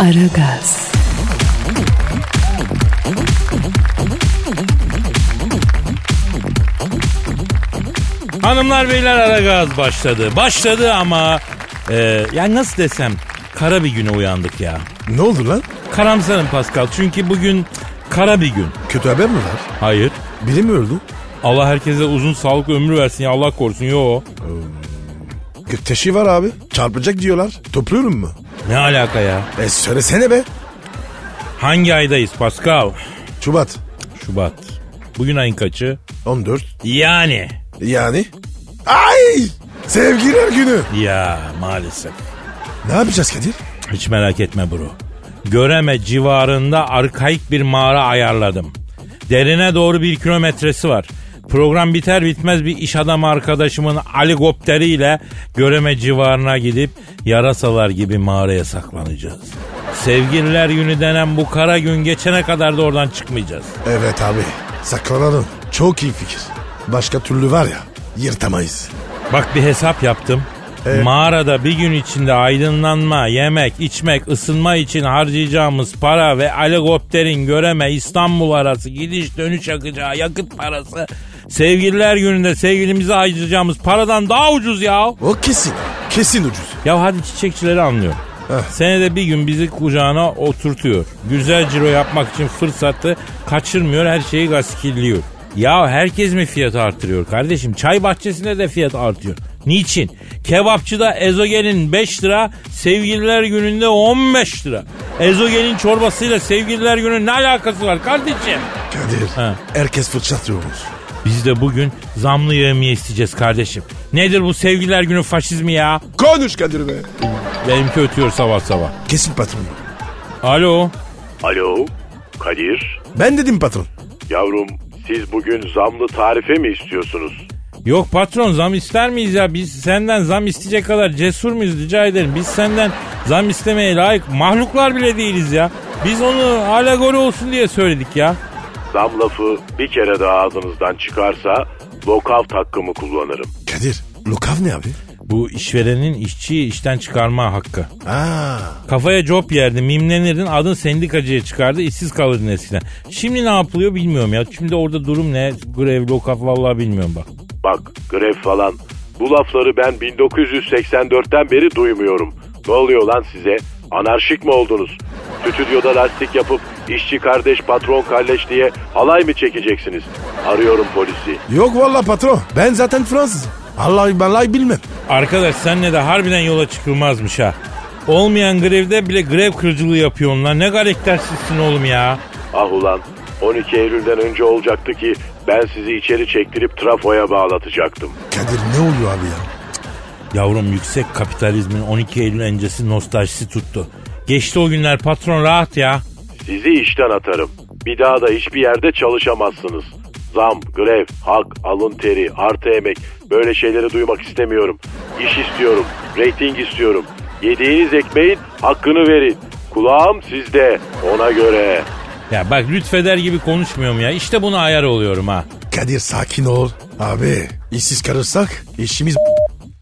Aragaz, Hanımlar beyler ara gaz başladı. Başladı ama e, yani nasıl desem kara bir güne uyandık ya. Ne oldu lan? Karamsarım Pascal çünkü bugün kara bir gün. Kötü haber mi var? Hayır. Biri mi öldü? Allah herkese uzun sağlıklı ömür versin ya Allah korusun. Yo. Gökteşi var abi. Çarpacak diyorlar. Topluyorum mu? Ne alaka ya? E söylesene be. Hangi aydayız Pascal? Şubat Şubat. Bugün ayın kaçı? 14. Yani. Yani. Ay! Sevgiler günü. Ya maalesef. Ne yapacağız Kadir? Hiç merak etme bro. Göreme civarında arkaik bir mağara ayarladım. Derine doğru bir kilometresi var. Program biter bitmez bir iş adamı arkadaşımın helikopteriyle Göreme civarına gidip yarasalar gibi mağaraya saklanacağız. Sevgililer günü denen bu kara gün geçene kadar da oradan çıkmayacağız. Evet abi. Saklanalım. Çok iyi fikir. Başka türlü var ya yırtamayız. Bak bir hesap yaptım. Mağarada bir gün içinde aydınlanma, yemek, içmek, ısınma için harcayacağımız para ve helikopterin göreme İstanbul arası gidiş dönüş yakacağı yakıt parası sevgililer gününde sevgilimize harcayacağımız paradan daha ucuz ya. O kesin. Kesin ucuz. Ya hadi çiçekçileri anlıyorum. Eh. Senede bir gün bizi kucağına oturtuyor. Güzel ciro yapmak için fırsatı kaçırmıyor, her şeyi gaskilliyor. Ya herkes mi fiyat artırıyor kardeşim? Çay bahçesinde de fiyat artıyor. Niçin? Kebapçıda ezogelin 5 lira, sevgililer gününde 15 lira. Ezogelin çorbasıyla sevgililer günü ne alakası var kardeşim? Kadir. Ha. Herkes fırçatıyoruz. Biz de bugün zamlı yemeği isteyeceğiz kardeşim. Nedir bu sevgililer günü faşizmi ya? Konuş Kadir be. Benimki ötüyor sabah sabah. Kesin patron. Alo. Alo Kadir Ben dedim patron. yavrum siz bugün zamlı tarife mi istiyorsunuz? Yok patron zam ister miyiz ya? Biz senden zam isteyecek kadar cesur muyuz rica ederim. Biz senden zam istemeye layık mahluklar bile değiliz ya. Biz onu alegori olsun diye söyledik ya. Zam lafı bir kere daha ağzınızdan çıkarsa lokavt hakkımı kullanırım. Kadir. Lukav ne abi? Bu işverenin işçiyi işten çıkarma hakkı. Aa, Kafaya cop yerdi, mimlenirdin, adın sendikacıya çıkardı, işsiz kalırdın eskiden. Şimdi ne yapılıyor bilmiyorum ya. Şimdi orada durum ne? Grev, lokaf vallahi bilmiyorum bak. Bak grev falan bu lafları ben 1984'ten beri duymuyorum. Ne oluyor lan size? Anarşik mi oldunuz? Stüdyoda lastik yapıp işçi kardeş patron kardeş diye alay mı çekeceksiniz? Arıyorum polisi. Yok valla patron. Ben zaten Fransızım. Allah vallahi bilmem. Arkadaş senle de harbiden yola çıkılmazmış ha. Olmayan grevde bile grev kırıcılığı yapıyorsun lan. Ne karaktersizsin oğlum ya. Ah ulan 12 Eylül'den önce olacaktı ki ben sizi içeri çektirip trafoya bağlatacaktım. Kadir ne oluyor abi ya? Yavrum yüksek kapitalizmin 12 Eylül öncesi nostaljisi tuttu. Geçti o günler patron rahat ya. Sizi işten atarım. Bir daha da hiçbir yerde çalışamazsınız. Zam, grev, hak, alın teri, artı emek böyle şeyleri duymak istemiyorum. İş istiyorum, reyting istiyorum. Yediğiniz ekmeğin hakkını verin. Kulağım sizde ona göre. Ya bak lütfeder gibi konuşmuyorum ya. İşte buna ayar oluyorum ha. Kadir sakin ol. Abi işsiz kalırsak işimiz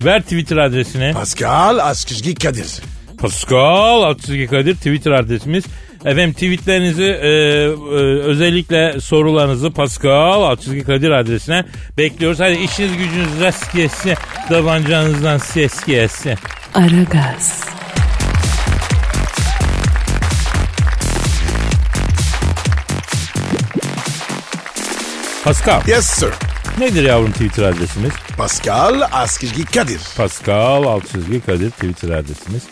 Ver Twitter adresini. Pascal Askizgi Kadir. Pascal Altçizgi Kadir Twitter adresimiz. Efendim tweetlerinizi e, e, özellikle sorularınızı Pascal Altçizgi Kadir adresine bekliyoruz. Hadi işiniz gücünüz rast gelsin. Tabancanızdan ses gelsin. Aragaz, Pascal Yes sir. nedir yavrum Twitter adresimiz? Pascal Askizgi Kadir. Pascal Altçizgi Kadir Twitter adresimiz.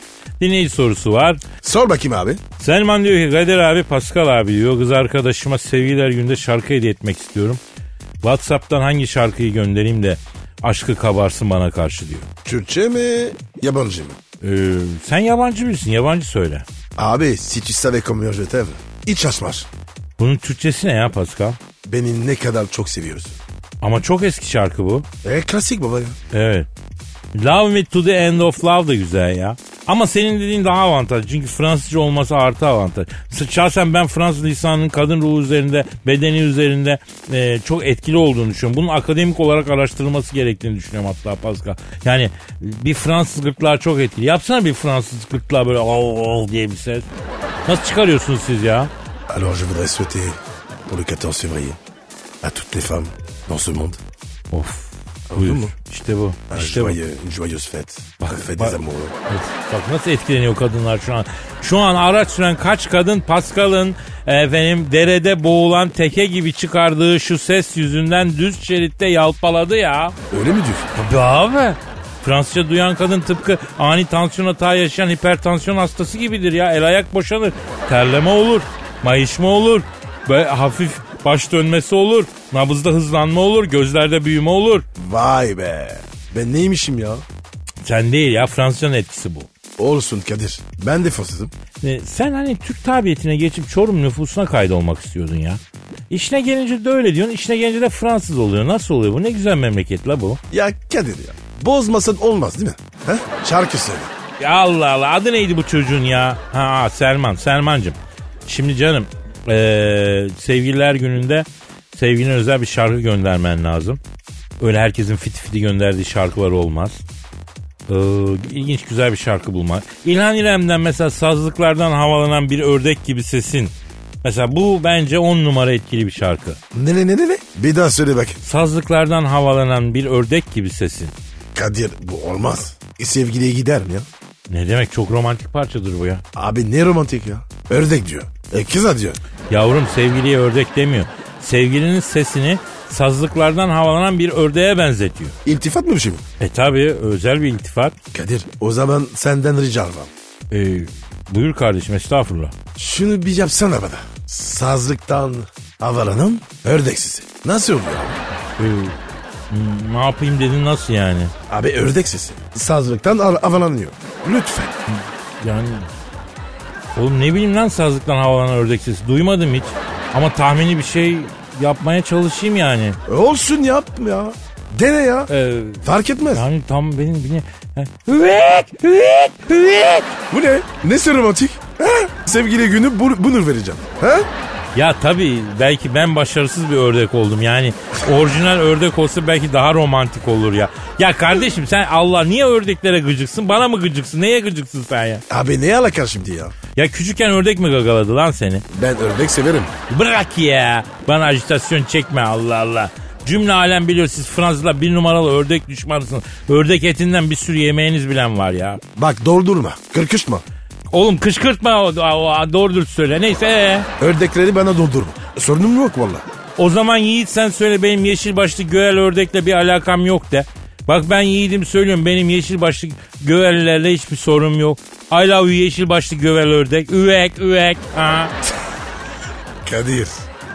Dinleyici sorusu var. Sor bakayım abi. Selman diyor ki Kadir abi Pascal abi diyor. Kız arkadaşıma sevgiler günde şarkı hediye etmek istiyorum. Whatsapp'tan hangi şarkıyı göndereyim de aşkı kabarsın bana karşı diyor. Türkçe mi Yabancı mı? Ee, sen yabancı birisin yabancı söyle. Abi si tu savais combien je t'aime. Hiç açmaz. Bunun Türkçesi ne ya Pascal? Beni ne kadar çok seviyorsun. Ama çok eski şarkı bu. E klasik baba ya. Evet. Love Me To The End Of Love da güzel ya. Ama senin dediğin daha avantaj. Çünkü Fransızca olması artı avantaj. Mesela Şahsen ben Fransız lisanının kadın ruhu üzerinde, bedeni üzerinde e, çok etkili olduğunu düşünüyorum. Bunun akademik olarak araştırılması gerektiğini düşünüyorum hatta Pascal. Yani e, bir Fransız gırtlağı çok etkili. Yapsana bir Fransız gırtlağı böyle av av diye bir ses. Nasıl çıkarıyorsunuz siz ya? Alors je voudrais souhaiter pour le 14 février à toutes les femmes dans ce monde Of. Buyur. mu? İşte bu. un İşte bu. joyeux- une joyeuse fête. La fête bak- des amoureux. Evet, Bak nasıl etkileniyor kadınlar şu an. Şu an araç süren kaç kadın Pascal'ın efendim derede boğulan teke gibi çıkardığı şu ses yüzünden düz şeritte yalpaladı ya. Öyle mi diyorsun? Tabii abi. Fransızca duyan kadın tıpkı ani tansiyon hata yaşayan hipertansiyon hastası gibidir ya. El ayak boşanır. Terleme olur. Mayışma olur. Ve hafif baş dönmesi olur. Nabızda hızlanma olur. Gözlerde büyüme olur. Vay be. Ben neymişim ya? Sen değil ya Fransızcanın etkisi bu. Olsun Kadir. Ben de Fransızım. E, sen hani Türk tabiyetine geçip Çorum nüfusuna kaydolmak istiyordun ya. İşine gelince de öyle diyorsun, işine gelince de Fransız oluyor. Nasıl oluyor bu? Ne güzel memleket la bu. Ya Kadir ya. Bozmasan olmaz değil mi? He? Şarkı söyle. Ya Allah Allah adı neydi bu çocuğun ya? Ha Selman, Selmancım. Şimdi canım e, sevgililer gününde sevgiline özel bir şarkı göndermen lazım. Öyle herkesin fiti fiti gönderdiği şarkılar olmaz. Ee, ilginç güzel bir şarkı bulmak. İlhan İrem'den mesela sazlıklardan havalanan bir ördek gibi sesin. Mesela bu bence on numara etkili bir şarkı. Ne ne ne ne ne? Bir daha söyle bakayım. Sazlıklardan havalanan bir ördek gibi sesin. Kadir bu olmaz. E, sevgiliye gider mi ya? Ne demek çok romantik parçadır bu ya. Abi ne romantik ya? Ördek diyor. E kıza diyor. Yavrum sevgiliye ördek demiyor. Sevgilinin sesini sazlıklardan havalanan bir ördeğe benzetiyor. İltifat mı bir şey bu? E tabi özel bir iltifat. Kadir o zaman senden rica var. E, buyur kardeşim estağfurullah. Şunu bir yapsana bana. Sazlıktan avalanım ördek sesi. Nasıl oluyor abi? E, hmm, ne yapayım dedin nasıl yani? Abi ördek sesi. Sazlıktan av- avalanıyor. Lütfen. Yani oğlum ne bileyim lan sazlıktan havalanan ördek sesi duymadım hiç. Ama tahmini bir şey yapmaya çalışayım yani. E, Olsun yap ya. Dene ya. E, Fark etmez. yani tam benim beni... Hüvet! Hüvet! Hüvet! Bu ne? Nesi romantik? Ha? Sevgili günü bu, bunu vereceğim. Ha? Ya tabii belki ben başarısız bir ördek oldum. Yani orijinal ördek olsa belki daha romantik olur ya. Ya kardeşim sen Allah niye ördeklere gıcıksın? Bana mı gıcıksın? Neye gıcıksın sen ya? Abi ne alakar şimdi ya? Ya küçükken ördek mi gagaladı lan seni? Ben ördek severim. Bırak ya. Bana ajitasyon çekme Allah Allah. Cümle alem biliyor siz Fransızlar bir numaralı ördek düşmanısınız. Ördek etinden bir sürü yemeğiniz bilen var ya. Bak doldurma. Kırkışma. Oğlum kışkırtma o, o, o doğru dürüst söyle. Neyse ee. Ördekleri bana doldurma. Sorunum yok valla. O zaman Yiğit sen söyle benim yeşil başlı göğel ördekle bir alakam yok de. Bak ben Yiğit'im söylüyorum benim yeşil başlı göğellerle hiçbir sorun yok. I love you yeşil başlı göğel ördek. Üvek üvek. Ha. Kadir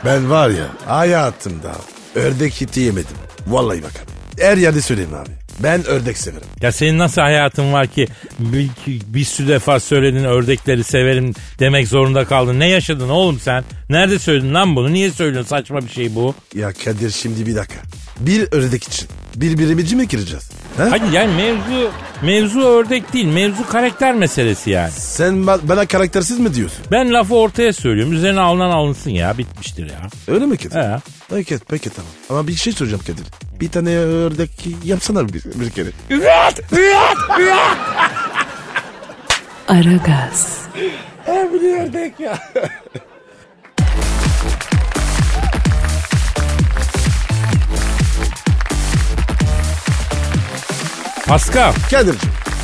ben var ya hayatımda ördek eti yemedim. Vallahi bak abi. Her yerde söyleyeyim abi. Ben ördek severim. Ya senin nasıl hayatın var ki bir, bir sürü defa söyledin ördekleri severim demek zorunda kaldın. Ne yaşadın oğlum sen? Nerede söyledin lan bunu? Niye söylüyorsun saçma bir şey bu? Ya Kadir şimdi bir dakika. Bir ördek için birbirimizi mi gireceğiz? He? Hadi yani mevzu mevzu ördek değil mevzu karakter meselesi yani. Sen ba- bana karaktersiz mi diyorsun? Ben lafı ortaya söylüyorum üzerine alınan alınsın ya bitmiştir ya. Öyle mi Kadir? He. Peki, peki tamam. Ama bir şey soracağım Kadir. Bir tane ördek yapsana bir, bir kere. Aragaz, Pascal, Kadir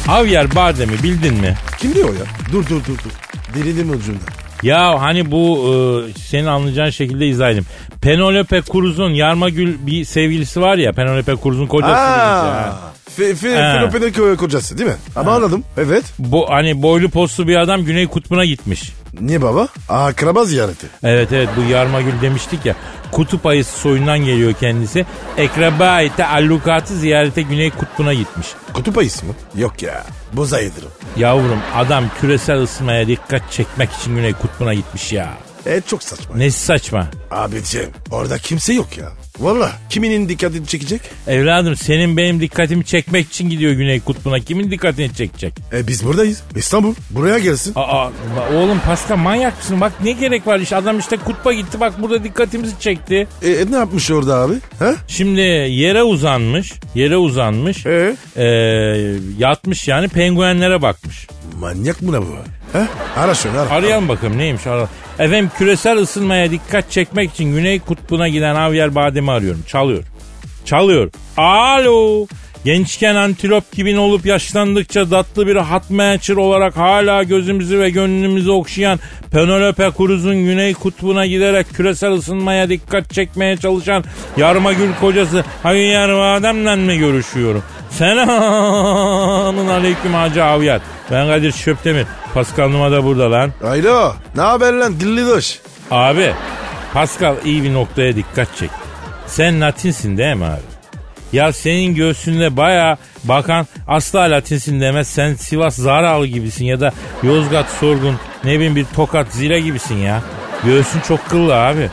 Avyer Bardem'i bildin mi? kim diyor ya? Dur dur dur dur. Dilinin ucunda. Ya hani bu e, senin anlayacağın şekilde izah edeyim. Penelope Cruz'un Yarmagül bir sevgilisi var ya. Penelope Cruz'un kocası. Aa, biz ya. Fi, fi, Ha. Filipin'in kö- kocası değil mi? Ama anladım. Evet. Bu hani boylu postlu bir adam Güney Kutbu'na gitmiş. Niye baba? Akraba ziyareti. Evet evet bu Yarmagül demiştik ya. Kutup ayısı soyundan geliyor kendisi. Ekrabaite allukatı ziyarete Güney Kutbu'na gitmiş. Kutup ayısı mı? Yok ya. Buz ayıdır o. Yavrum adam küresel ısınmaya dikkat çekmek için Güney Kutbu'na gitmiş ya. E çok saçma. Nesi saçma? Abiciğim orada kimse yok ya. Valla kiminin dikkatini çekecek? Evladım senin benim dikkatimi çekmek için gidiyor Güney Kutbu'na. Kimin dikkatini çekecek? E biz buradayız. İstanbul. Buraya gelsin. Aa ba- oğlum Pascal manyak mısın? Bak ne gerek var işte adam işte kutba gitti bak burada dikkatimizi çekti. E, e, ne yapmış orada abi? Ha? Şimdi yere uzanmış, yere uzanmış, Ee? Ee, yatmış yani penguenlere bakmış. Manyak mı ne bu? Ha? Ara şunu ara. Arayalım bakalım neymiş ara. Efendim küresel ısınmaya dikkat çekmek için Güney Kutbu'na giden Avyer Badem'i arıyorum. Çalıyor. Çalıyor. Alo. Gençken antilop gibi olup yaşlandıkça tatlı bir hatmaçır olarak hala gözümüzü ve gönlümüzü okşayan Penelope Cruz'un Güney Kutbu'na giderek küresel ısınmaya dikkat çekmeye çalışan Yarmagül kocası Hayır Adem'le mi görüşüyorum? Selamun aleyküm Hacı Avyer. Ben Kadir Şöptemir. Pascal Numa da burada lan. Alo. Ne haber lan dilli doş? Abi Pascal iyi bir noktaya dikkat çek. Sen Latinsin değil mi abi? Ya senin göğsünde baya bakan asla Latinsin demez. Sen Sivas Zaralı gibisin ya da Yozgat Sorgun ne bileyim bir Tokat Zile gibisin ya. Göğsün çok kıllı abi.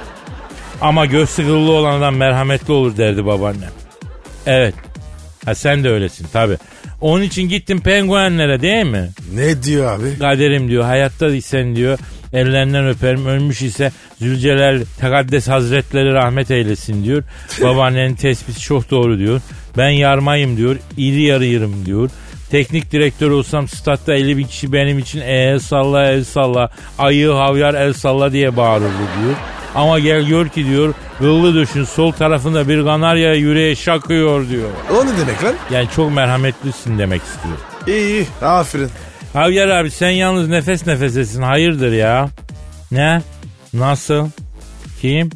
Ama göğsü kıllı olan adam merhametli olur derdi babaannem. Evet. Ha sen de öylesin tabi. Onun için gittin penguenlere değil mi? Ne diyor abi? kaderim diyor. Hayatta isen diyor. Ellerinden öperim. Ölmüş ise Zülcelal Tekaddes Hazretleri rahmet eylesin diyor. Babaannenin tespiti çok doğru diyor. Ben yarmayım diyor. İri yarıyırım diyor. Teknik direktör olsam statta 50 bin kişi benim için "Ee, el salla el salla ayı havyar el salla diye bağırırdı diyor. Ama gel gör ki diyor kıllı düşün sol tarafında bir kanarya yüreğe şakıyor diyor. O ne demek lan? Yani çok merhametlisin demek istiyor. İyi iyi. Aferin. Havyar abi sen yalnız nefes nefesesin hayırdır ya? Ne? Nasıl? Kim?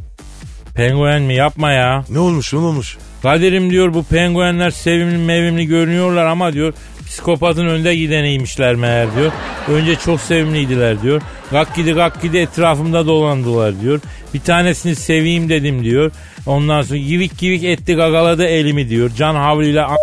Penguen mi? Yapma ya. Ne olmuş ne olmuş? Kadir'im diyor bu penguenler sevimli mevimli görünüyorlar ama diyor psikopatın önde gideniymişler meğer diyor. Önce çok sevimliydiler diyor. Gak gidi gak gidi etrafımda dolandılar diyor. Bir tanesini seveyim dedim diyor. Ondan sonra givik givik etti gagaladı elimi diyor. Can havliyle a-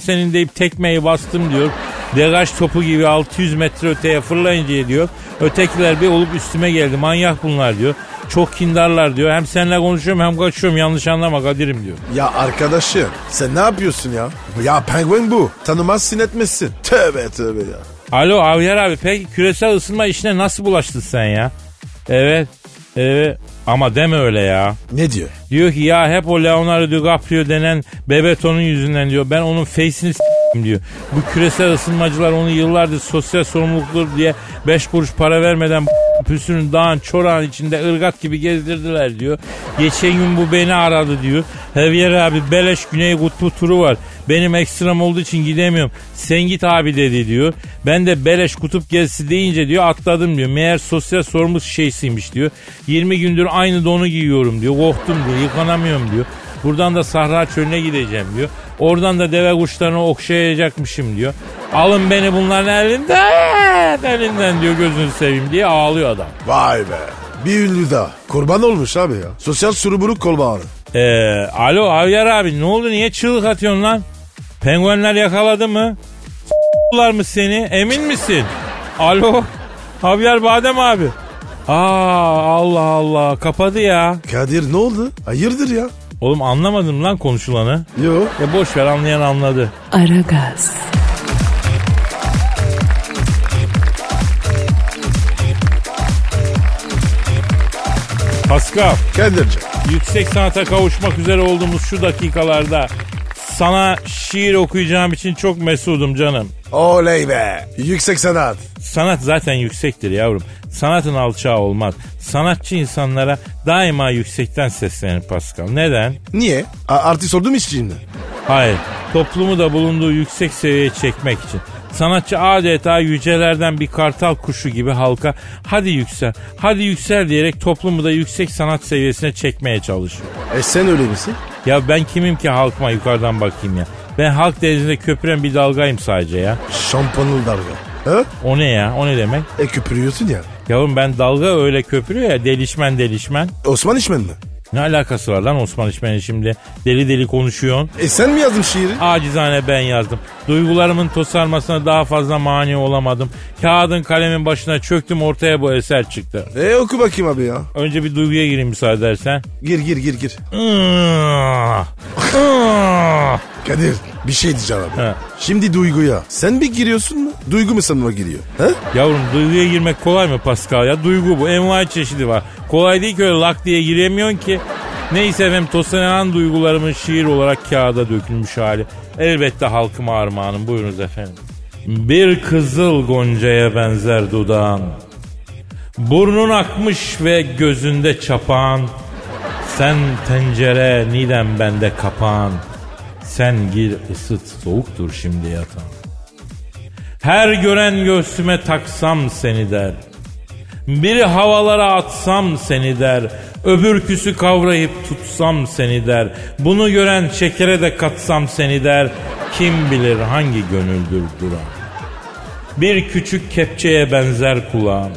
senin deyip tekmeyi bastım diyor. Degaj topu gibi 600 metre öteye fırlayınca diyor. Ötekiler bir olup üstüme geldi. Manyak bunlar diyor. Çok kindarlar diyor. Hem seninle konuşuyorum hem kaçıyorum. Yanlış anlama Kadir'im diyor. Ya arkadaşım sen ne yapıyorsun ya? Ya penguen bu. Tanımazsın etmezsin. Tövbe tövbe ya. Alo Avyer abi peki küresel ısınma işine nasıl bulaştın sen ya? Evet. Evet. Ama deme öyle ya. Ne diyor? Diyor ki ya hep o Leonardo DiCaprio denen Bebeto'nun yüzünden diyor. Ben onun face'ini s**eyim diyor. Bu küresel ısınmacılar onu yıllardır sosyal sorumluluktur diye 5 kuruş para vermeden b- püsünün dağın çorağın içinde ırgat gibi gezdirdiler diyor. Geçen gün bu beni aradı diyor. Javier abi beleş güney kutbu turu var. Benim ekstrem olduğu için gidemiyorum. Sen git abi dedi diyor. Ben de beleş kutup gezisi deyince diyor atladım diyor. Meğer sosyal sorumluluk şeysiymiş diyor. 20 gündür aynı donu giyiyorum diyor. Korktum diyor. Yıkanamıyorum diyor. Buradan da Sahra Çölü'ne gideceğim diyor. Oradan da deve kuşlarını okşayacakmışım diyor. Alın beni bunların elinden, elinden diyor gözünü seveyim diye ağlıyor adam. Vay be. Bir ünlü daha. Kurban olmuş abi ya. Sosyal sorumluluk kolbağını. Ee, alo Avyar abi ne oldu niye çığlık atıyorsun lan? Penguenler yakaladı mı? S**lar mı seni? Emin misin? Alo Havyar Badem abi. Aa Allah Allah kapadı ya. Kadir ne oldu? Hayırdır ya? Oğlum anlamadım lan konuşulanı. Yo. Ya boş ver anlayan anladı. Aragaz. Pascal Kadir'cim. yüksek sanata kavuşmak üzere olduğumuz şu dakikalarda sana şiir okuyacağım için çok mesudum canım. Oley be. Yüksek sanat. Sanat zaten yüksektir yavrum. Sanatın alçağı olmaz. Sanatçı insanlara daima yüksekten seslenir Pascal. Neden? Niye? A- artist oldu mu işçiliğinde? Hayır. Toplumu da bulunduğu yüksek seviyeye çekmek için. Sanatçı adeta yücelerden bir kartal kuşu gibi halka hadi yüksel, hadi yüksel diyerek toplumu da yüksek sanat seviyesine çekmeye çalışıyor. E sen öyle misin? Ya ben kimim ki halkıma yukarıdan bakayım ya. Ben halk denizinde köpüren bir dalgayım sadece ya. Şampanlı dalga. Ha? O ne ya? O ne demek? E köpürüyorsun ya. Yavrum ben dalga öyle köpürüyor ya delişmen delişmen. Osman İşmen mi? Ne alakası var lan Osman İşmen'e şimdi? Deli deli konuşuyorsun. E sen mi yazdın şiiri? Acizane ben yazdım. Duygularımın tosarmasına daha fazla mani olamadım. Kağıdın kalemin başına çöktüm ortaya bu eser çıktı. E oku bakayım abi ya. Önce bir duyguya gireyim müsaade edersen. Gir gir gir gir. Ah, ah. Kadir bir şey diyeceğim abi. He. Şimdi duyguya. Sen bir giriyorsun mu? Duygu mu sanıma giriyor? He? Yavrum duyguya girmek kolay mı Pascal ya? Duygu bu. Envai çeşidi var. Kolay değil ki öyle lak diye giremiyorsun ki. Neyse efendim tosanayan duygularımın şiir olarak kağıda dökülmüş hali. Elbette halkıma armağanım. Buyurunuz efendim. Bir kızıl goncaya benzer dudağın. Burnun akmış ve gözünde çapağın. Sen tencere nidem bende kapağın. Sen gir ısıt soğuktur şimdi yatağın. Her gören göğsüme taksam seni der. Biri havalara atsam seni der. Öbürküsü kavrayıp tutsam seni der. Bunu gören şekere de katsam seni der. Kim bilir hangi gönüldür duran. Bir küçük kepçeye benzer kulağın.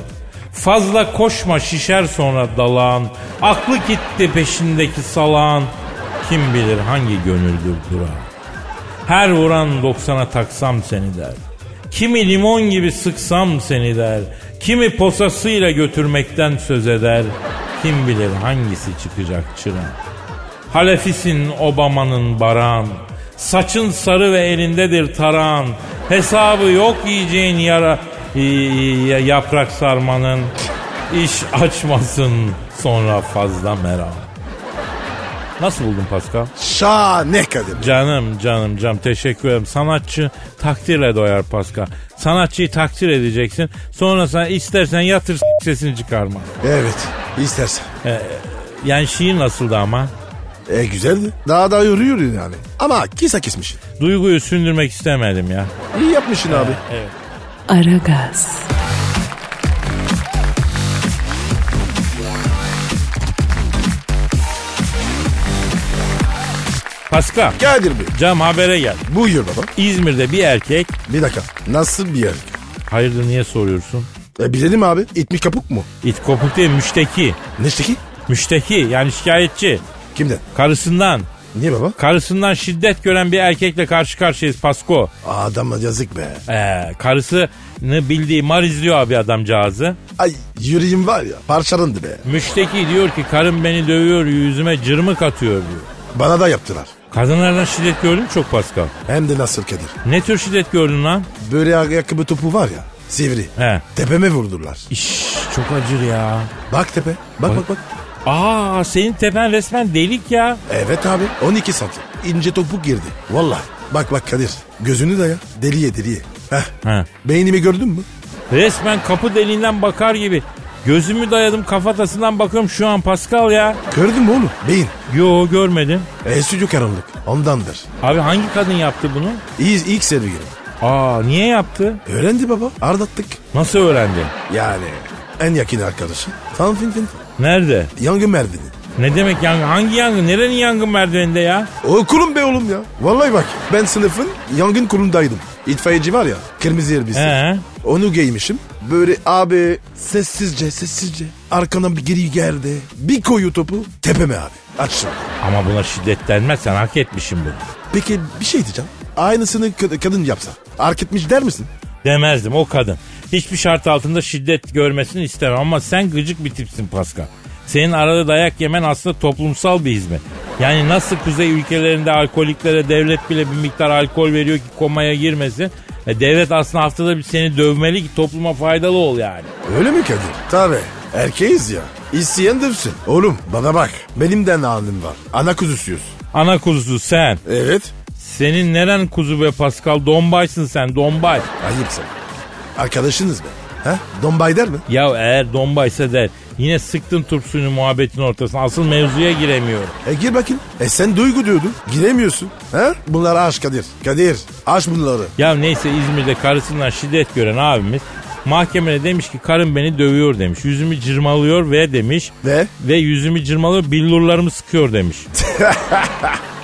Fazla koşma şişer sonra dalağın. Aklı gitti peşindeki salağın. Kim bilir hangi gönüldür duran. Her vuran 90'a taksam seni der. Kimi limon gibi sıksam seni der. Kimi posasıyla götürmekten söz eder. Kim bilir hangisi çıkacak çıran. Halefisin Obama'nın baran. Saçın sarı ve elindedir taran. Hesabı yok yiyeceğin yara y- y- yaprak sarmanın. İş açmasın sonra fazla meram. Nasıl buldun Pascal? Şahane Kadir. Canım canım canım teşekkür ederim. Sanatçı takdirle doyar Pascal. Sanatçıyı takdir edeceksin. Sonra sen istersen yatır s- sesini çıkarma. Evet istersen. Yani şiir nasıldı ama? E güzeldi. Daha daha yürüyor yani. Ama kısa kesmişsin. Duyguyu sündürmek istemedim ya. İyi yapmışsın abi. Aragaz. Pascal Kadir Bey cam habere gel. buyur baba. İzmir'de bir erkek. Bir dakika. Nasıl bir yer? Hayırdır niye soruyorsun? E bilelim abi. İt mi kapuk mu? İt kopuk değil müşteki. Neşteki? Müşteki yani şikayetçi. Kimden? Karısından. Niye baba? Karısından şiddet gören bir erkekle karşı karşıyayız Pasko. Adama yazık be. Ee, karısını bildiği mar izliyor abi adamcağızı. Ay yüreğim var ya parçalandı be. Müşteki diyor ki karım beni dövüyor yüzüme cırmık atıyor diyor. Bana da yaptılar. Kadınlardan şiddet gördün mü çok Pascal? Hem de nasıl Kadir. Ne tür şiddet gördün lan? Böyle ayakkabı topu var ya sivri. He. Tepeme vurdular. İş çok acır ya. Bak tepe. Bak bak bak. Aa senin tepen resmen delik ya. Evet abi 12 santim. İnce topuk girdi. Vallahi. Bak bak Kadir. Gözünü daya. Deliye deliye. Heh. He. Beynimi gördün mü? Resmen kapı deliğinden bakar gibi. Gözümü dayadım kafatasından bakıyorum şu an Pascal ya. Gördün mü oğlum? Beyin. Yo görmedim. E stüdyo karanlık. Ondandır. Abi hangi kadın yaptı bunu? İyi, ilk sevgilim. Aa niye yaptı? Öğrendi baba. Ardattık. Nasıl öğrendi? Yani en yakın arkadaşı. Fan fin fin. Nerede? Yangın merdiveni. Ne demek yangın? Hangi yangın? Nerenin yangın merdiveninde ya? Okulum be oğlum ya. Vallahi bak ben sınıfın yangın kurundaydım. İtfaiyeci var ya kırmızı elbise. Ee? Onu giymişim. Böyle abi sessizce sessizce arkadan bir geri geldi. Bir koyu topu tepeme abi. Açtım. Ama buna şiddet denmez sen hak etmişsin bunu. Peki bir şey diyeceğim. Aynısını kad- kadın yapsa. Ark etmiş der misin? Demezdim o kadın. Hiçbir şart altında şiddet görmesini istemem ama sen gıcık bir tipsin Pascal. Senin arada dayak yemen aslında toplumsal bir hizmet. Yani nasıl kuzey ülkelerinde alkoliklere devlet bile bir miktar alkol veriyor ki komaya girmesin. E, devlet aslında haftada bir seni dövmeli ki topluma faydalı ol yani. Öyle mi Kadir? Tabi. Erkeğiz ya. İsteyen dövsün. Oğlum bana bak. Benim de nanim var. Ana kuzusuyuz. Ana kuzusu sen. Evet. Senin neren kuzu be Pascal? Dombaysın sen dombay. Ayıp sen. Arkadaşınız be. Ha? Dombay der mi? Ya eğer dombaysa der. Yine sıktın turp suyunu muhabbetin ortasına. Asıl mevzuya giremiyorum. E gir bakayım. E sen duygu diyordun. Giremiyorsun. Ha? Bunlar aşk Kadir. Kadir aş bunları. Ya neyse İzmir'de karısından şiddet gören abimiz mahkemede demiş ki karım beni dövüyor demiş. Yüzümü cırmalıyor ve demiş. Ve? Ve yüzümü cırmalıyor billurlarımı sıkıyor demiş.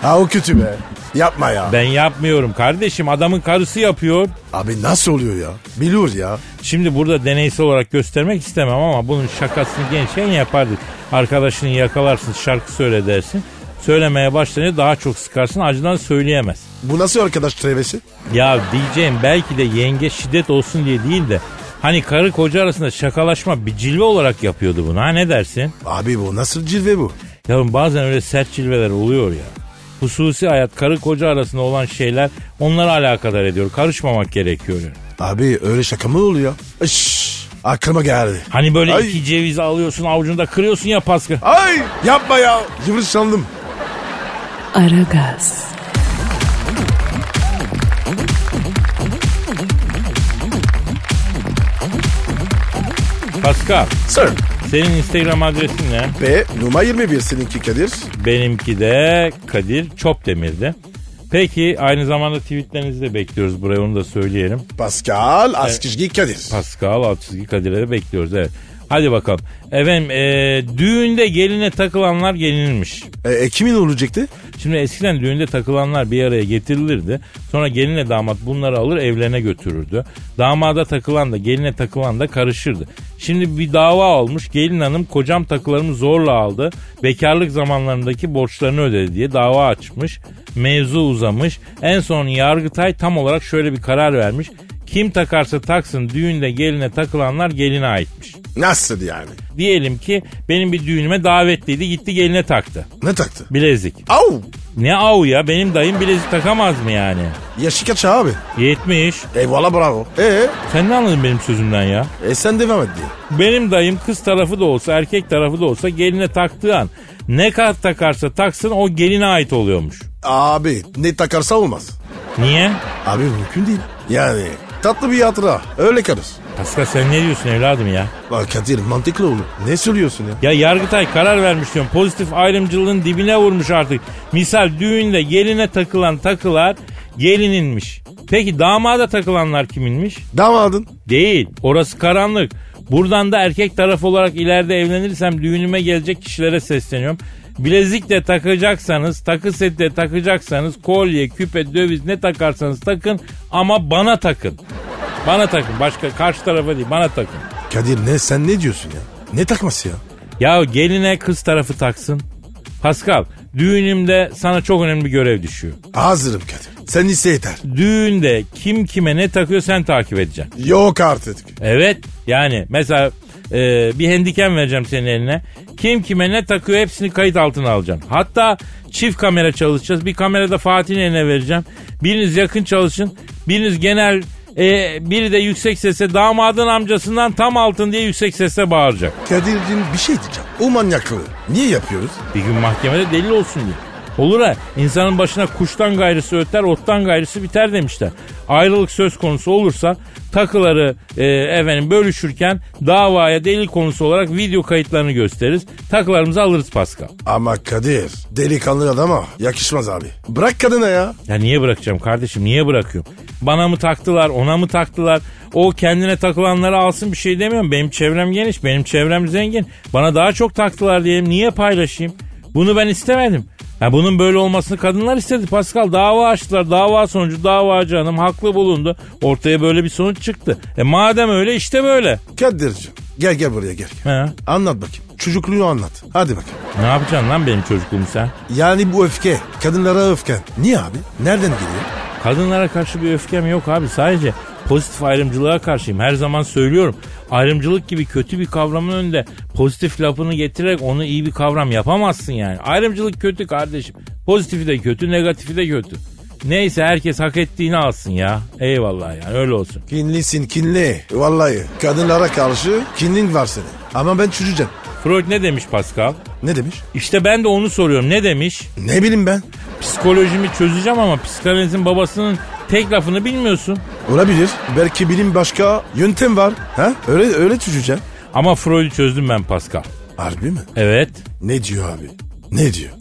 Ha o kötü be. Yapma ya. Ben yapmıyorum kardeşim adamın karısı yapıyor. Abi nasıl oluyor ya? Biliyor ya. Şimdi burada deneysel olarak göstermek istemem ama bunun şakasını gençken yapardık. Arkadaşını yakalarsın şarkı söyle dersin. Söylemeye başlayınca daha çok sıkarsın acıdan söyleyemez. Bu nasıl arkadaş trevesi? Ya diyeceğim belki de yenge şiddet olsun diye değil de hani karı koca arasında şakalaşma bir cilve olarak yapıyordu bunu ha ne dersin? Abi bu nasıl cilve bu? Ya bazen öyle sert cilveler oluyor ya. Hususi hayat karı koca arasında olan şeyler onları alakadar ediyor. Karışmamak gerekiyor. yani. Abi öyle şaka mı oluyor? Şşş, aklıma geldi. Hani böyle Ay. iki ceviz alıyorsun avucunda kırıyorsun ya paskı. Ay yapma ya. Yıvrış sandım. Aragaz, Paskal Sir. senin Instagram adresin ne? Ve numara 21 seninki Kadir. Benimki de Kadir Çopdemir'di. Peki aynı zamanda tweetlerinizi de bekliyoruz buraya onu da söyleyelim. Pascal Askizgi Kadir. Pascal alt çizgi Kadir'e de bekliyoruz evet. Hadi bakalım. Efendim ee, düğünde geline takılanlar gelinilmiş. E, e, kimin olacaktı? Şimdi eskiden düğünde takılanlar bir araya getirilirdi. Sonra gelinle damat bunları alır evlerine götürürdü. Damada takılan da geline takılan da karışırdı. Şimdi bir dava almış gelin hanım kocam takılarımı zorla aldı. Bekarlık zamanlarındaki borçlarını ödedi diye dava açmış. Mevzu uzamış. En son Yargıtay tam olarak şöyle bir karar vermiş. Kim takarsa taksın düğünde geline takılanlar geline aitmiş. Nasıl yani? Diyelim ki benim bir düğünüme davetliydi gitti geline taktı. Ne taktı? Bilezik. Au! Ne av ya benim dayım bilezik takamaz mı yani? Yaşı kaç abi? 70. Eyvallah bravo. E, Sen ne anladın benim sözümden ya? e sen devam et diye. Benim dayım kız tarafı da olsa erkek tarafı da olsa geline taktığı an ne kadar takarsa taksın o geline ait oluyormuş. Abi ne takarsa olmaz. Niye? Abi mümkün değil. Yani tatlı bir hatıra. Öyle kalır. Paska sen ne diyorsun evladım ya? Bak Kadir mantıklı oğlum. Ne söylüyorsun ya? Ya Yargıtay karar vermiş diyorum. Pozitif ayrımcılığın dibine vurmuş artık. Misal düğünde geline takılan takılar gelininmiş. Peki damada takılanlar kiminmiş? Damadın. Değil. Orası karanlık. Buradan da erkek taraf olarak ileride evlenirsem düğünüme gelecek kişilere sesleniyorum. Bilezik de takacaksanız, takı seti de takacaksanız, kolye, küpe, döviz ne takarsanız takın ama bana takın. Bana takın. Başka karşı tarafa değil bana takın. Kadir ne sen ne diyorsun ya? Ne takması ya? Ya geline kız tarafı taksın. Pascal düğünümde sana çok önemli bir görev düşüyor. Hazırım Kadir. Sen iste yeter. Düğünde kim kime ne takıyor sen takip edeceksin. Yok artık. Evet yani mesela e, bir hendikem vereceğim senin eline. Kim kime ne takıyor hepsini kayıt altına alacağım. Hatta çift kamera çalışacağız. Bir kamerada Fatih'in eline vereceğim. Biriniz yakın çalışın. Biriniz genel e, biri de yüksek sesle damadın amcasından tam altın diye yüksek sesle bağıracak. Kadir'cim bir şey diyeceğim. O manyaklığı niye yapıyoruz? Bir gün mahkemede delil olsun diye. Olur ha insanın başına kuştan gayrısı öter ottan gayrısı biter demişler. Ayrılık söz konusu olursa takıları e, efendim bölüşürken davaya delil konusu olarak video kayıtlarını gösteririz. Takılarımızı alırız Pascal. Ama Kadir delikanlı adama yakışmaz abi. Bırak kadına ya. Ya niye bırakacağım kardeşim niye bırakıyorum? Bana mı taktılar ona mı taktılar? O kendine takılanları alsın bir şey demiyorum. Benim çevrem geniş benim çevrem zengin. Bana daha çok taktılar diyelim niye paylaşayım? Bunu ben istemedim. Ya bunun böyle olmasını kadınlar istedi Pascal. Dava açtılar. Dava sonucu davacı hanım haklı bulundu. Ortaya böyle bir sonuç çıktı. E madem öyle işte böyle. Kadir'cim gel gel buraya gel. gel. He. Anlat bakayım. Çocukluğu anlat. Hadi bakayım. Ne yapacaksın lan benim çocukluğum sen? Yani bu öfke. Kadınlara öfken. Niye abi? Nereden geliyor? Kadınlara karşı bir öfkem yok abi sadece pozitif ayrımcılığa karşıyım. Her zaman söylüyorum. Ayrımcılık gibi kötü bir kavramın önünde pozitif lafını getirerek onu iyi bir kavram yapamazsın yani. Ayrımcılık kötü kardeşim. Pozitifi de kötü, negatifi de kötü. Neyse herkes hak ettiğini alsın ya. Eyvallah yani öyle olsun. Kinlisin kinli. Vallahi kadınlara karşı kinlin var senin. Ama ben çocuğum. Freud ne demiş Pascal? Ne demiş? İşte ben de onu soruyorum. Ne demiş? Ne bileyim ben. Psikolojimi çözeceğim ama psikanalizin babasının tek lafını bilmiyorsun. Olabilir. Belki bilim başka yöntem var. Ha? Öyle öyle çocuğum. Ama Freud'u çözdüm ben Pascal. Harbi mi? Evet. Ne diyor abi? Ne diyor?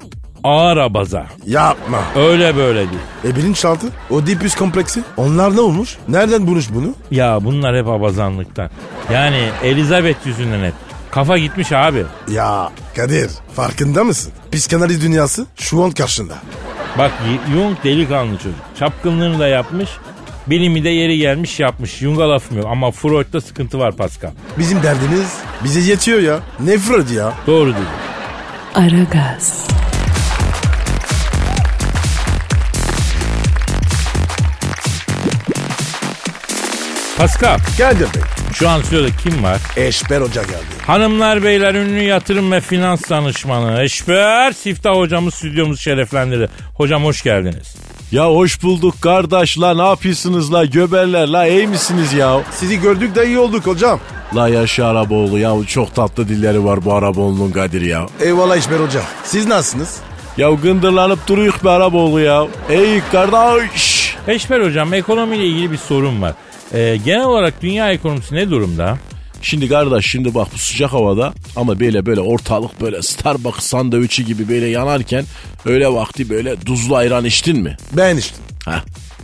Ağır abaza. Yapma. Öyle böyle değil. E bilinçaltı? O Oedipus kompleksi? Onlar ne olmuş? Nereden bulmuş bunu? Ya bunlar hep abazanlıktan. Yani Elizabeth yüzünden hep. Kafa gitmiş abi. Ya Kadir farkında mısın? Psikanaliz dünyası şu an karşında. Bak Jung delikanlı çocuk. Çapkınlığını da yapmış. Bilimi de yeri gelmiş yapmış. Jung'a lafım yok ama Freud'da sıkıntı var Pascal. Bizim derdimiz bize yetiyor ya. Ne Freud ya? Doğru dedi. Aragaz, Pascal Geldi be. şu an stüdyoda kim var? Eşber Hoca geldi. Hanımlar beyler ünlü yatırım ve finans danışmanı Eşber Siftah hocamız stüdyomuzu şereflendirdi. Hocam hoş geldiniz. Ya hoş bulduk kardeş la ne yapıyorsunuz la göberler la iyi misiniz ya? Sizi gördük de iyi olduk hocam. La yaşa Araboğlu ya çok tatlı dilleri var bu Araboğlu'nun Kadir ya. Eyvallah Eşber Hoca. Siz nasılsınız? Ya gındırlanıp duruyor be Araboğlu ya. Ey kardeş. Eşber hocam ekonomiyle ilgili bir sorun var. Ee, genel olarak dünya ekonomisi ne durumda? Şimdi kardeş şimdi bak bu sıcak havada ama böyle böyle ortalık böyle Starbucks sandviçi gibi böyle yanarken öyle vakti böyle tuzlu ayran içtin mi? Ben işte. Heh.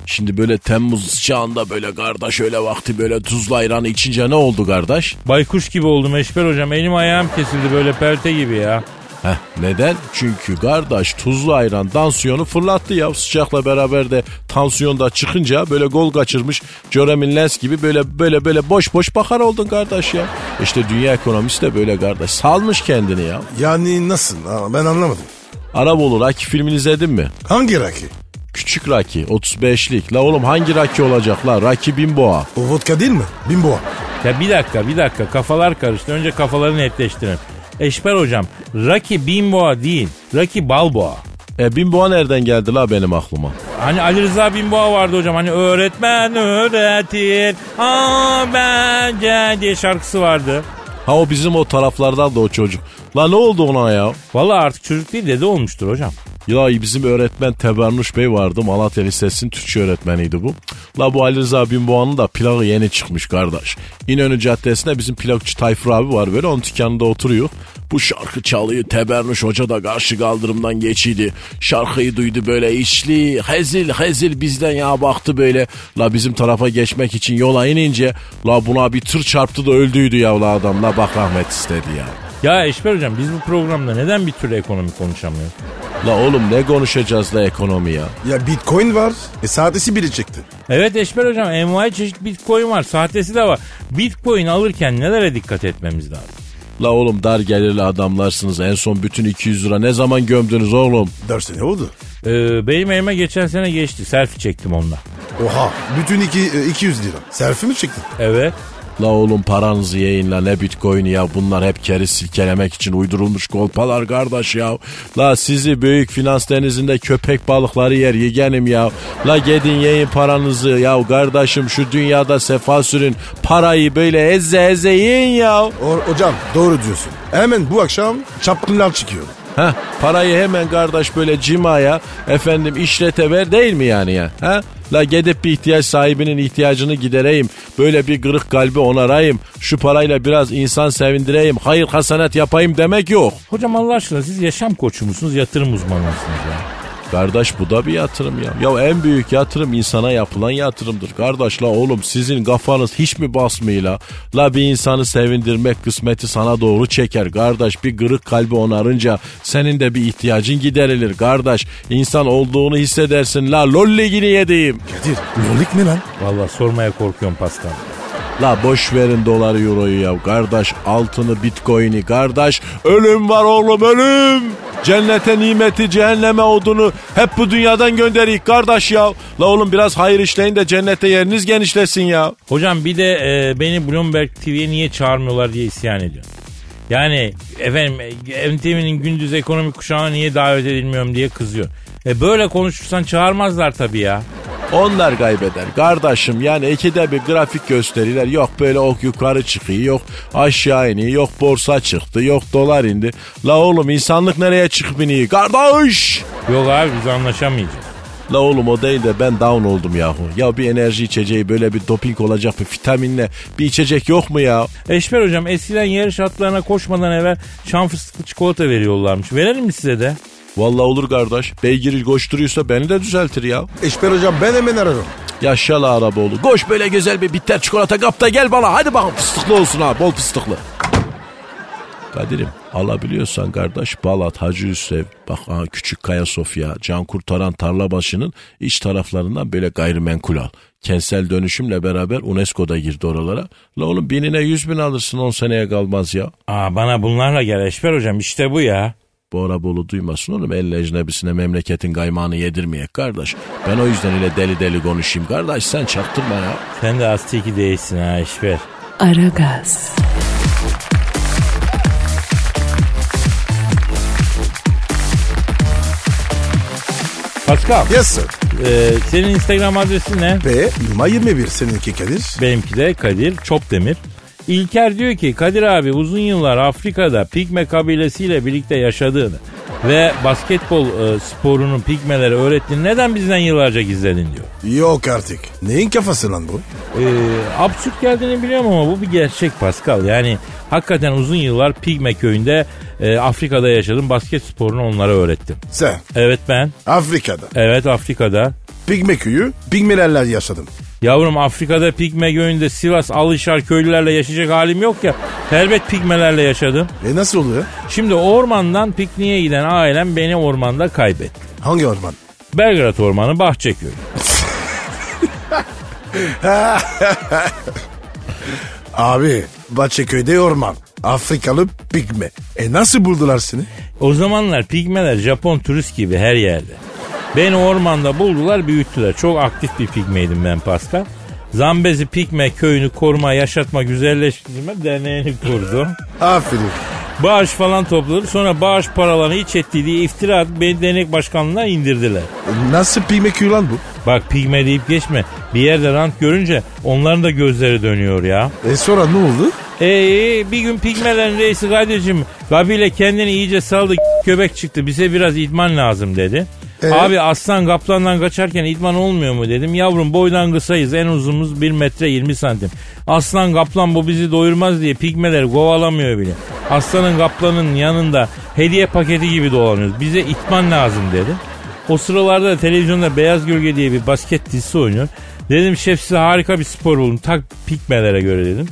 Şimdi böyle Temmuz sıcağında böyle kardeş öyle vakti böyle tuzlu ayranı içince ne oldu kardeş? Baykuş gibi oldum Eşber hocam elim ayağım kesildi böyle pelte gibi ya. Heh, neden? Çünkü kardeş tuzlu ayran tansiyonu fırlattı ya. Sıcakla beraber de tansiyon da çıkınca böyle gol kaçırmış Jeremy Lens gibi böyle böyle böyle boş boş bakar oldun kardeş ya. İşte dünya ekonomisi de böyle kardeş. Salmış kendini ya. Yani nasıl? Ha, Ben anlamadım. Araboğlu Rocky filmini izledin mi? Hangi rakı? Küçük Rocky 35'lik. La oğlum hangi Rocky olacak la? Rocky Bimboa. O vodka değil mi? Bimboa. Ya bir dakika bir dakika kafalar karıştı. Önce kafaları netleştirin. Eşber hocam Rocky Bimboa değil Rocky Balboa. E Bimboa nereden geldi la benim aklıma? Hani Ali Rıza Binboğa vardı hocam. Hani öğretmen öğretir. Aa bence diye şarkısı vardı. Ha o bizim o taraflardan da o çocuk. La ne oldu ona ya? Valla artık çocuk değil dede olmuştur hocam. Ya bizim öğretmen Tebernuş Bey vardı. Malatya Lisesi'nin Türkçe öğretmeniydi bu. La bu Ali Rıza Binboğan'ın da plağı yeni çıkmış kardeş. İnönü Caddesi'nde bizim plakçı Tayfur abi var böyle onun dükkanında oturuyor. Bu şarkı çalıyor Tebernuş Hoca da karşı kaldırımdan geçiydi. Şarkıyı duydu böyle içli hezil hezil bizden ya baktı böyle. La bizim tarafa geçmek için yola inince la buna bir tır çarptı da öldüydü ya la adam la bak rahmet istedi ya. Ya Eşber hocam biz bu programda neden bir türlü ekonomi konuşamıyoruz? La oğlum ne konuşacağız la ekonomi ya. Ya bitcoin var. E saatesi biri çıktı. Evet Eşber hocam envai çeşit bitcoin var. Sahtesi de var. Bitcoin alırken nelere dikkat etmemiz lazım? La oğlum dar gelirli adamlarsınız. En son bütün 200 lira ne zaman gömdünüz oğlum? Derse ne oldu? Ee, benim elime geçen sene geçti. Selfie çektim onunla. Oha. Bütün iki, e, 200 lira. Serfi mi çıktı? Evet. La oğlum paranızı yiyin la ne bitcoin ya bunlar hep keri silkelemek için uydurulmuş kolpalar kardeş ya. La sizi büyük finans denizinde köpek balıkları yer yegenim ya. La gedin yiyin paranızı ya kardeşim şu dünyada sefa sürün parayı böyle eze eze yiyin ya. O- hocam doğru diyorsun. Hemen bu akşam çapkınlar çıkıyor. Heh, parayı hemen kardeş böyle cimaya efendim işlete ver değil mi yani ya? Ha? La gidip bir ihtiyaç sahibinin ihtiyacını gidereyim. Böyle bir kırık kalbi onarayım. Şu parayla biraz insan sevindireyim. Hayır hasanat yapayım demek yok. Hocam Allah aşkına siz yaşam koçu musunuz, yatırım uzmanı mısınız ya? Kardeş bu da bir yatırım ya. Ya en büyük yatırım insana yapılan yatırımdır. Kardeş la oğlum sizin kafanız hiç mi basmıyor la? La bir insanı sevindirmek kısmeti sana doğru çeker. Kardeş bir kırık kalbi onarınca senin de bir ihtiyacın giderilir. Kardeş insan olduğunu hissedersin la lolligini yediğim. Kadir lolik mi lan? Valla sormaya korkuyorum Pascal. La boş verin doları euroyu ya. Kardeş altını bitcoin'i kardeş. Ölüm var oğlum ölüm. Cennete nimeti cehenneme odunu hep bu dünyadan gönderik kardeş ya. La oğlum biraz hayır işleyin de cennette yeriniz genişlesin ya. Hocam bir de e, beni Bloomberg TV'ye niye çağırmıyorlar diye isyan ediyor. Yani efendim e, MTV'nin gündüz ekonomik kuşağına niye davet edilmiyorum diye kızıyor. E böyle konuşursan çağırmazlar tabii ya. Onlar kaybeder kardeşim yani ikide bir grafik gösteriler yok böyle ok yukarı çıkıyor yok aşağı iniyor yok borsa çıktı yok dolar indi. La oğlum insanlık nereye çıkıp iniyor kardeş. Yok abi biz anlaşamayacağız. La oğlum o değil de ben down oldum yahu. Ya bir enerji içeceği böyle bir doping olacak bir vitaminle bir içecek yok mu ya? Eşber hocam eskiden yarış atlarına koşmadan evvel şan fıstıklı çikolata veriyorlarmış. Verelim mi size de? Vallahi olur kardeş. Beygiri koşturuyorsa beni de düzeltir ya. Eşber hocam ben hemen ararım. Yaşa la Araboğlu. Koş böyle güzel bir bitter çikolata kap da gel bana. Hadi bakalım fıstıklı olsun ha. Bol fıstıklı. Kadir'im Alabiliyorsan kardeş Balat, Hacı Hüsrev, bak aha, Küçük Kaya Sofya, Can Kurtaran Tarlabaşı'nın iç taraflarından böyle gayrimenkul al. Kentsel dönüşümle beraber UNESCO'da girdi oralara. La oğlum binine yüz bin alırsın on seneye kalmaz ya. Aa, bana bunlarla gel Eşber hocam işte bu ya. Bora Bolu duymasın oğlum elle ecnebisine memleketin kaymağını yedirmeyek kardeş. Ben o yüzden ile deli deli konuşayım kardeş sen çaktırma ya. Sen de astiki değilsin ha Eşber. Aragaz, Pascal Yes sir. e, senin Instagram adresi ne? Ve Numa 21 seninki Kadir. Benimki de Kadir Çopdemir. İlker diyor ki Kadir abi uzun yıllar Afrika'da Pigme kabilesiyle birlikte yaşadığını ve basketbol e, sporunun Pigmelere öğrettiğini neden bizden yıllarca gizledin diyor. Yok artık. Neyin kafası lan bu? E, absürt geldiğini biliyorum ama bu bir gerçek Pascal. Yani hakikaten uzun yıllar Pigme köyünde e, Afrika'da yaşadım. Basket sporunu onlara öğrettim. Sen Evet ben. Afrika'da. Evet Afrika'da. Pigme köyü, Pigmelerler yaşadım. Yavrum Afrika'da Pigme köyünde Sivas Alışar köylülerle yaşayacak halim yok ya. Elbet Pigmelerle yaşadım. E nasıl oluyor? Şimdi ormandan pikniğe giden ailem beni ormanda kaybetti. Hangi orman? Belgrad Ormanı Bahçeköy. Abi Bahçeköy'de orman. Afrikalı pigme. E nasıl buldular seni? O zamanlar pigmeler Japon turist gibi her yerde. Beni ormanda buldular büyüttüler. Çok aktif bir pigmeydim ben Pascal. Zambezi Pigme köyünü koruma, yaşatma, güzelleştirme derneğini kurdum. Aferin. Bağış falan topladım. Sonra bağış paralarını iç ettiği diye iftira atıp beni dernek başkanlığına indirdiler. E nasıl pigme köyü lan bu? Bak pigme deyip geçme. Bir yerde rant görünce onların da gözleri dönüyor ya. E sonra ne oldu? Ee, bir gün pigmelerin reisi kardeşim Gabi'yle kendini iyice saldı köpek çıktı bize biraz idman lazım dedi. Ee? Abi aslan kaplandan kaçarken idman olmuyor mu dedim. Yavrum boydan kısayız en uzunumuz 1 metre 20 santim. Aslan kaplan bu bizi doyurmaz diye pigmeleri kovalamıyor bile. Aslanın kaplanın yanında hediye paketi gibi dolanıyoruz. Bize idman lazım dedi. O sıralarda da televizyonda Beyaz Gölge diye bir basket dizisi oynuyor. Dedim şef size harika bir spor bulun tak pigmelere göre dedim.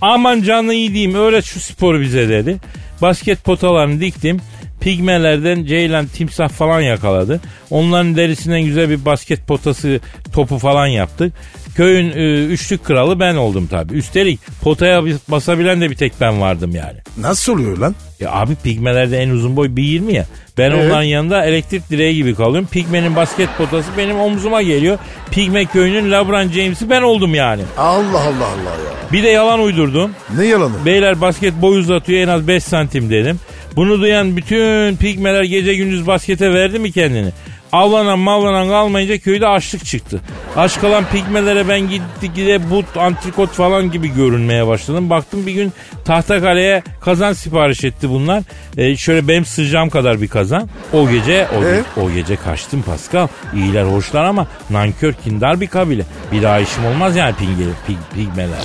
Aman canlı iyi diyeyim öğret şu sporu bize dedi. Basket potalarını diktim. Pigmelerden ceylan, timsah falan yakaladı. Onların derisinden güzel bir basket potası topu falan yaptık. Köyün e, üçlük kralı ben oldum tabii. Üstelik potaya bir- basabilen de bir tek ben vardım yani. Nasıl oluyor lan? Ya abi pigmelerde en uzun boy 1.20 ya. Ben Evet. onların yanında elektrik direği gibi kalıyorum. Pigmenin basket potası benim omzuma geliyor. Pigme köyünün LeBron James'i ben oldum yani. Allah Allah Allah ya. Bir de yalan uydurdum. Ne yalanı? Beyler basket boy uzatıyor en az 5 santim dedim. Bunu duyan bütün pigmeler gece gündüz baskete verdi mi kendini? Avlanan mavlanan kalmayınca köyde açlık çıktı. Aç kalan pigmelere ben gitti gide but, antrikot falan gibi görünmeye başladım. Baktım bir gün Tahtakale'ye kazan sipariş etti bunlar. Ee, şöyle benim sığacağım kadar bir kazan. O gece o, E? o gece kaçtım Pascal. İyiler hoşlar ama nankör kindar bir kabile. Bir daha işim olmaz yani pingeli, pig- pigmeler.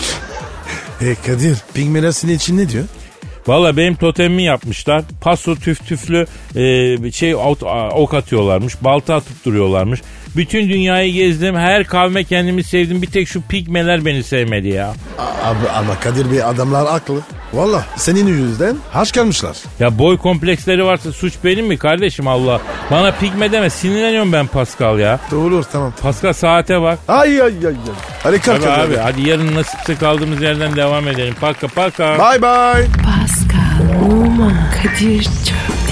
E Kadir, pigmeler senin için ne diyor? Valla benim totemimi yapmışlar. Paso tüf tüflü e, şey ot- a- ok atıyorlarmış. Balta atıp duruyorlarmış. Bütün dünyayı gezdim. Her kavme kendimi sevdim. Bir tek şu pigmeler beni sevmedi ya. A- Abi ama Kadir Bey adamlar haklı. Valla senin yüzünden haş kalmışlar. Ya boy kompleksleri varsa suç benim mi kardeşim Allah? Bana pigme deme. Sinirleniyorum ben Pascal ya. Doğru tamam. Pascal saate bak. Ay ay ay ay. Hadi kalk Tabii abi Kadir abi. hadi yarın nasipse kaldığımız yerden devam edelim. Paka paka. Bye bye. Pascal, Oman, Kadir çok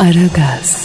Aragaz.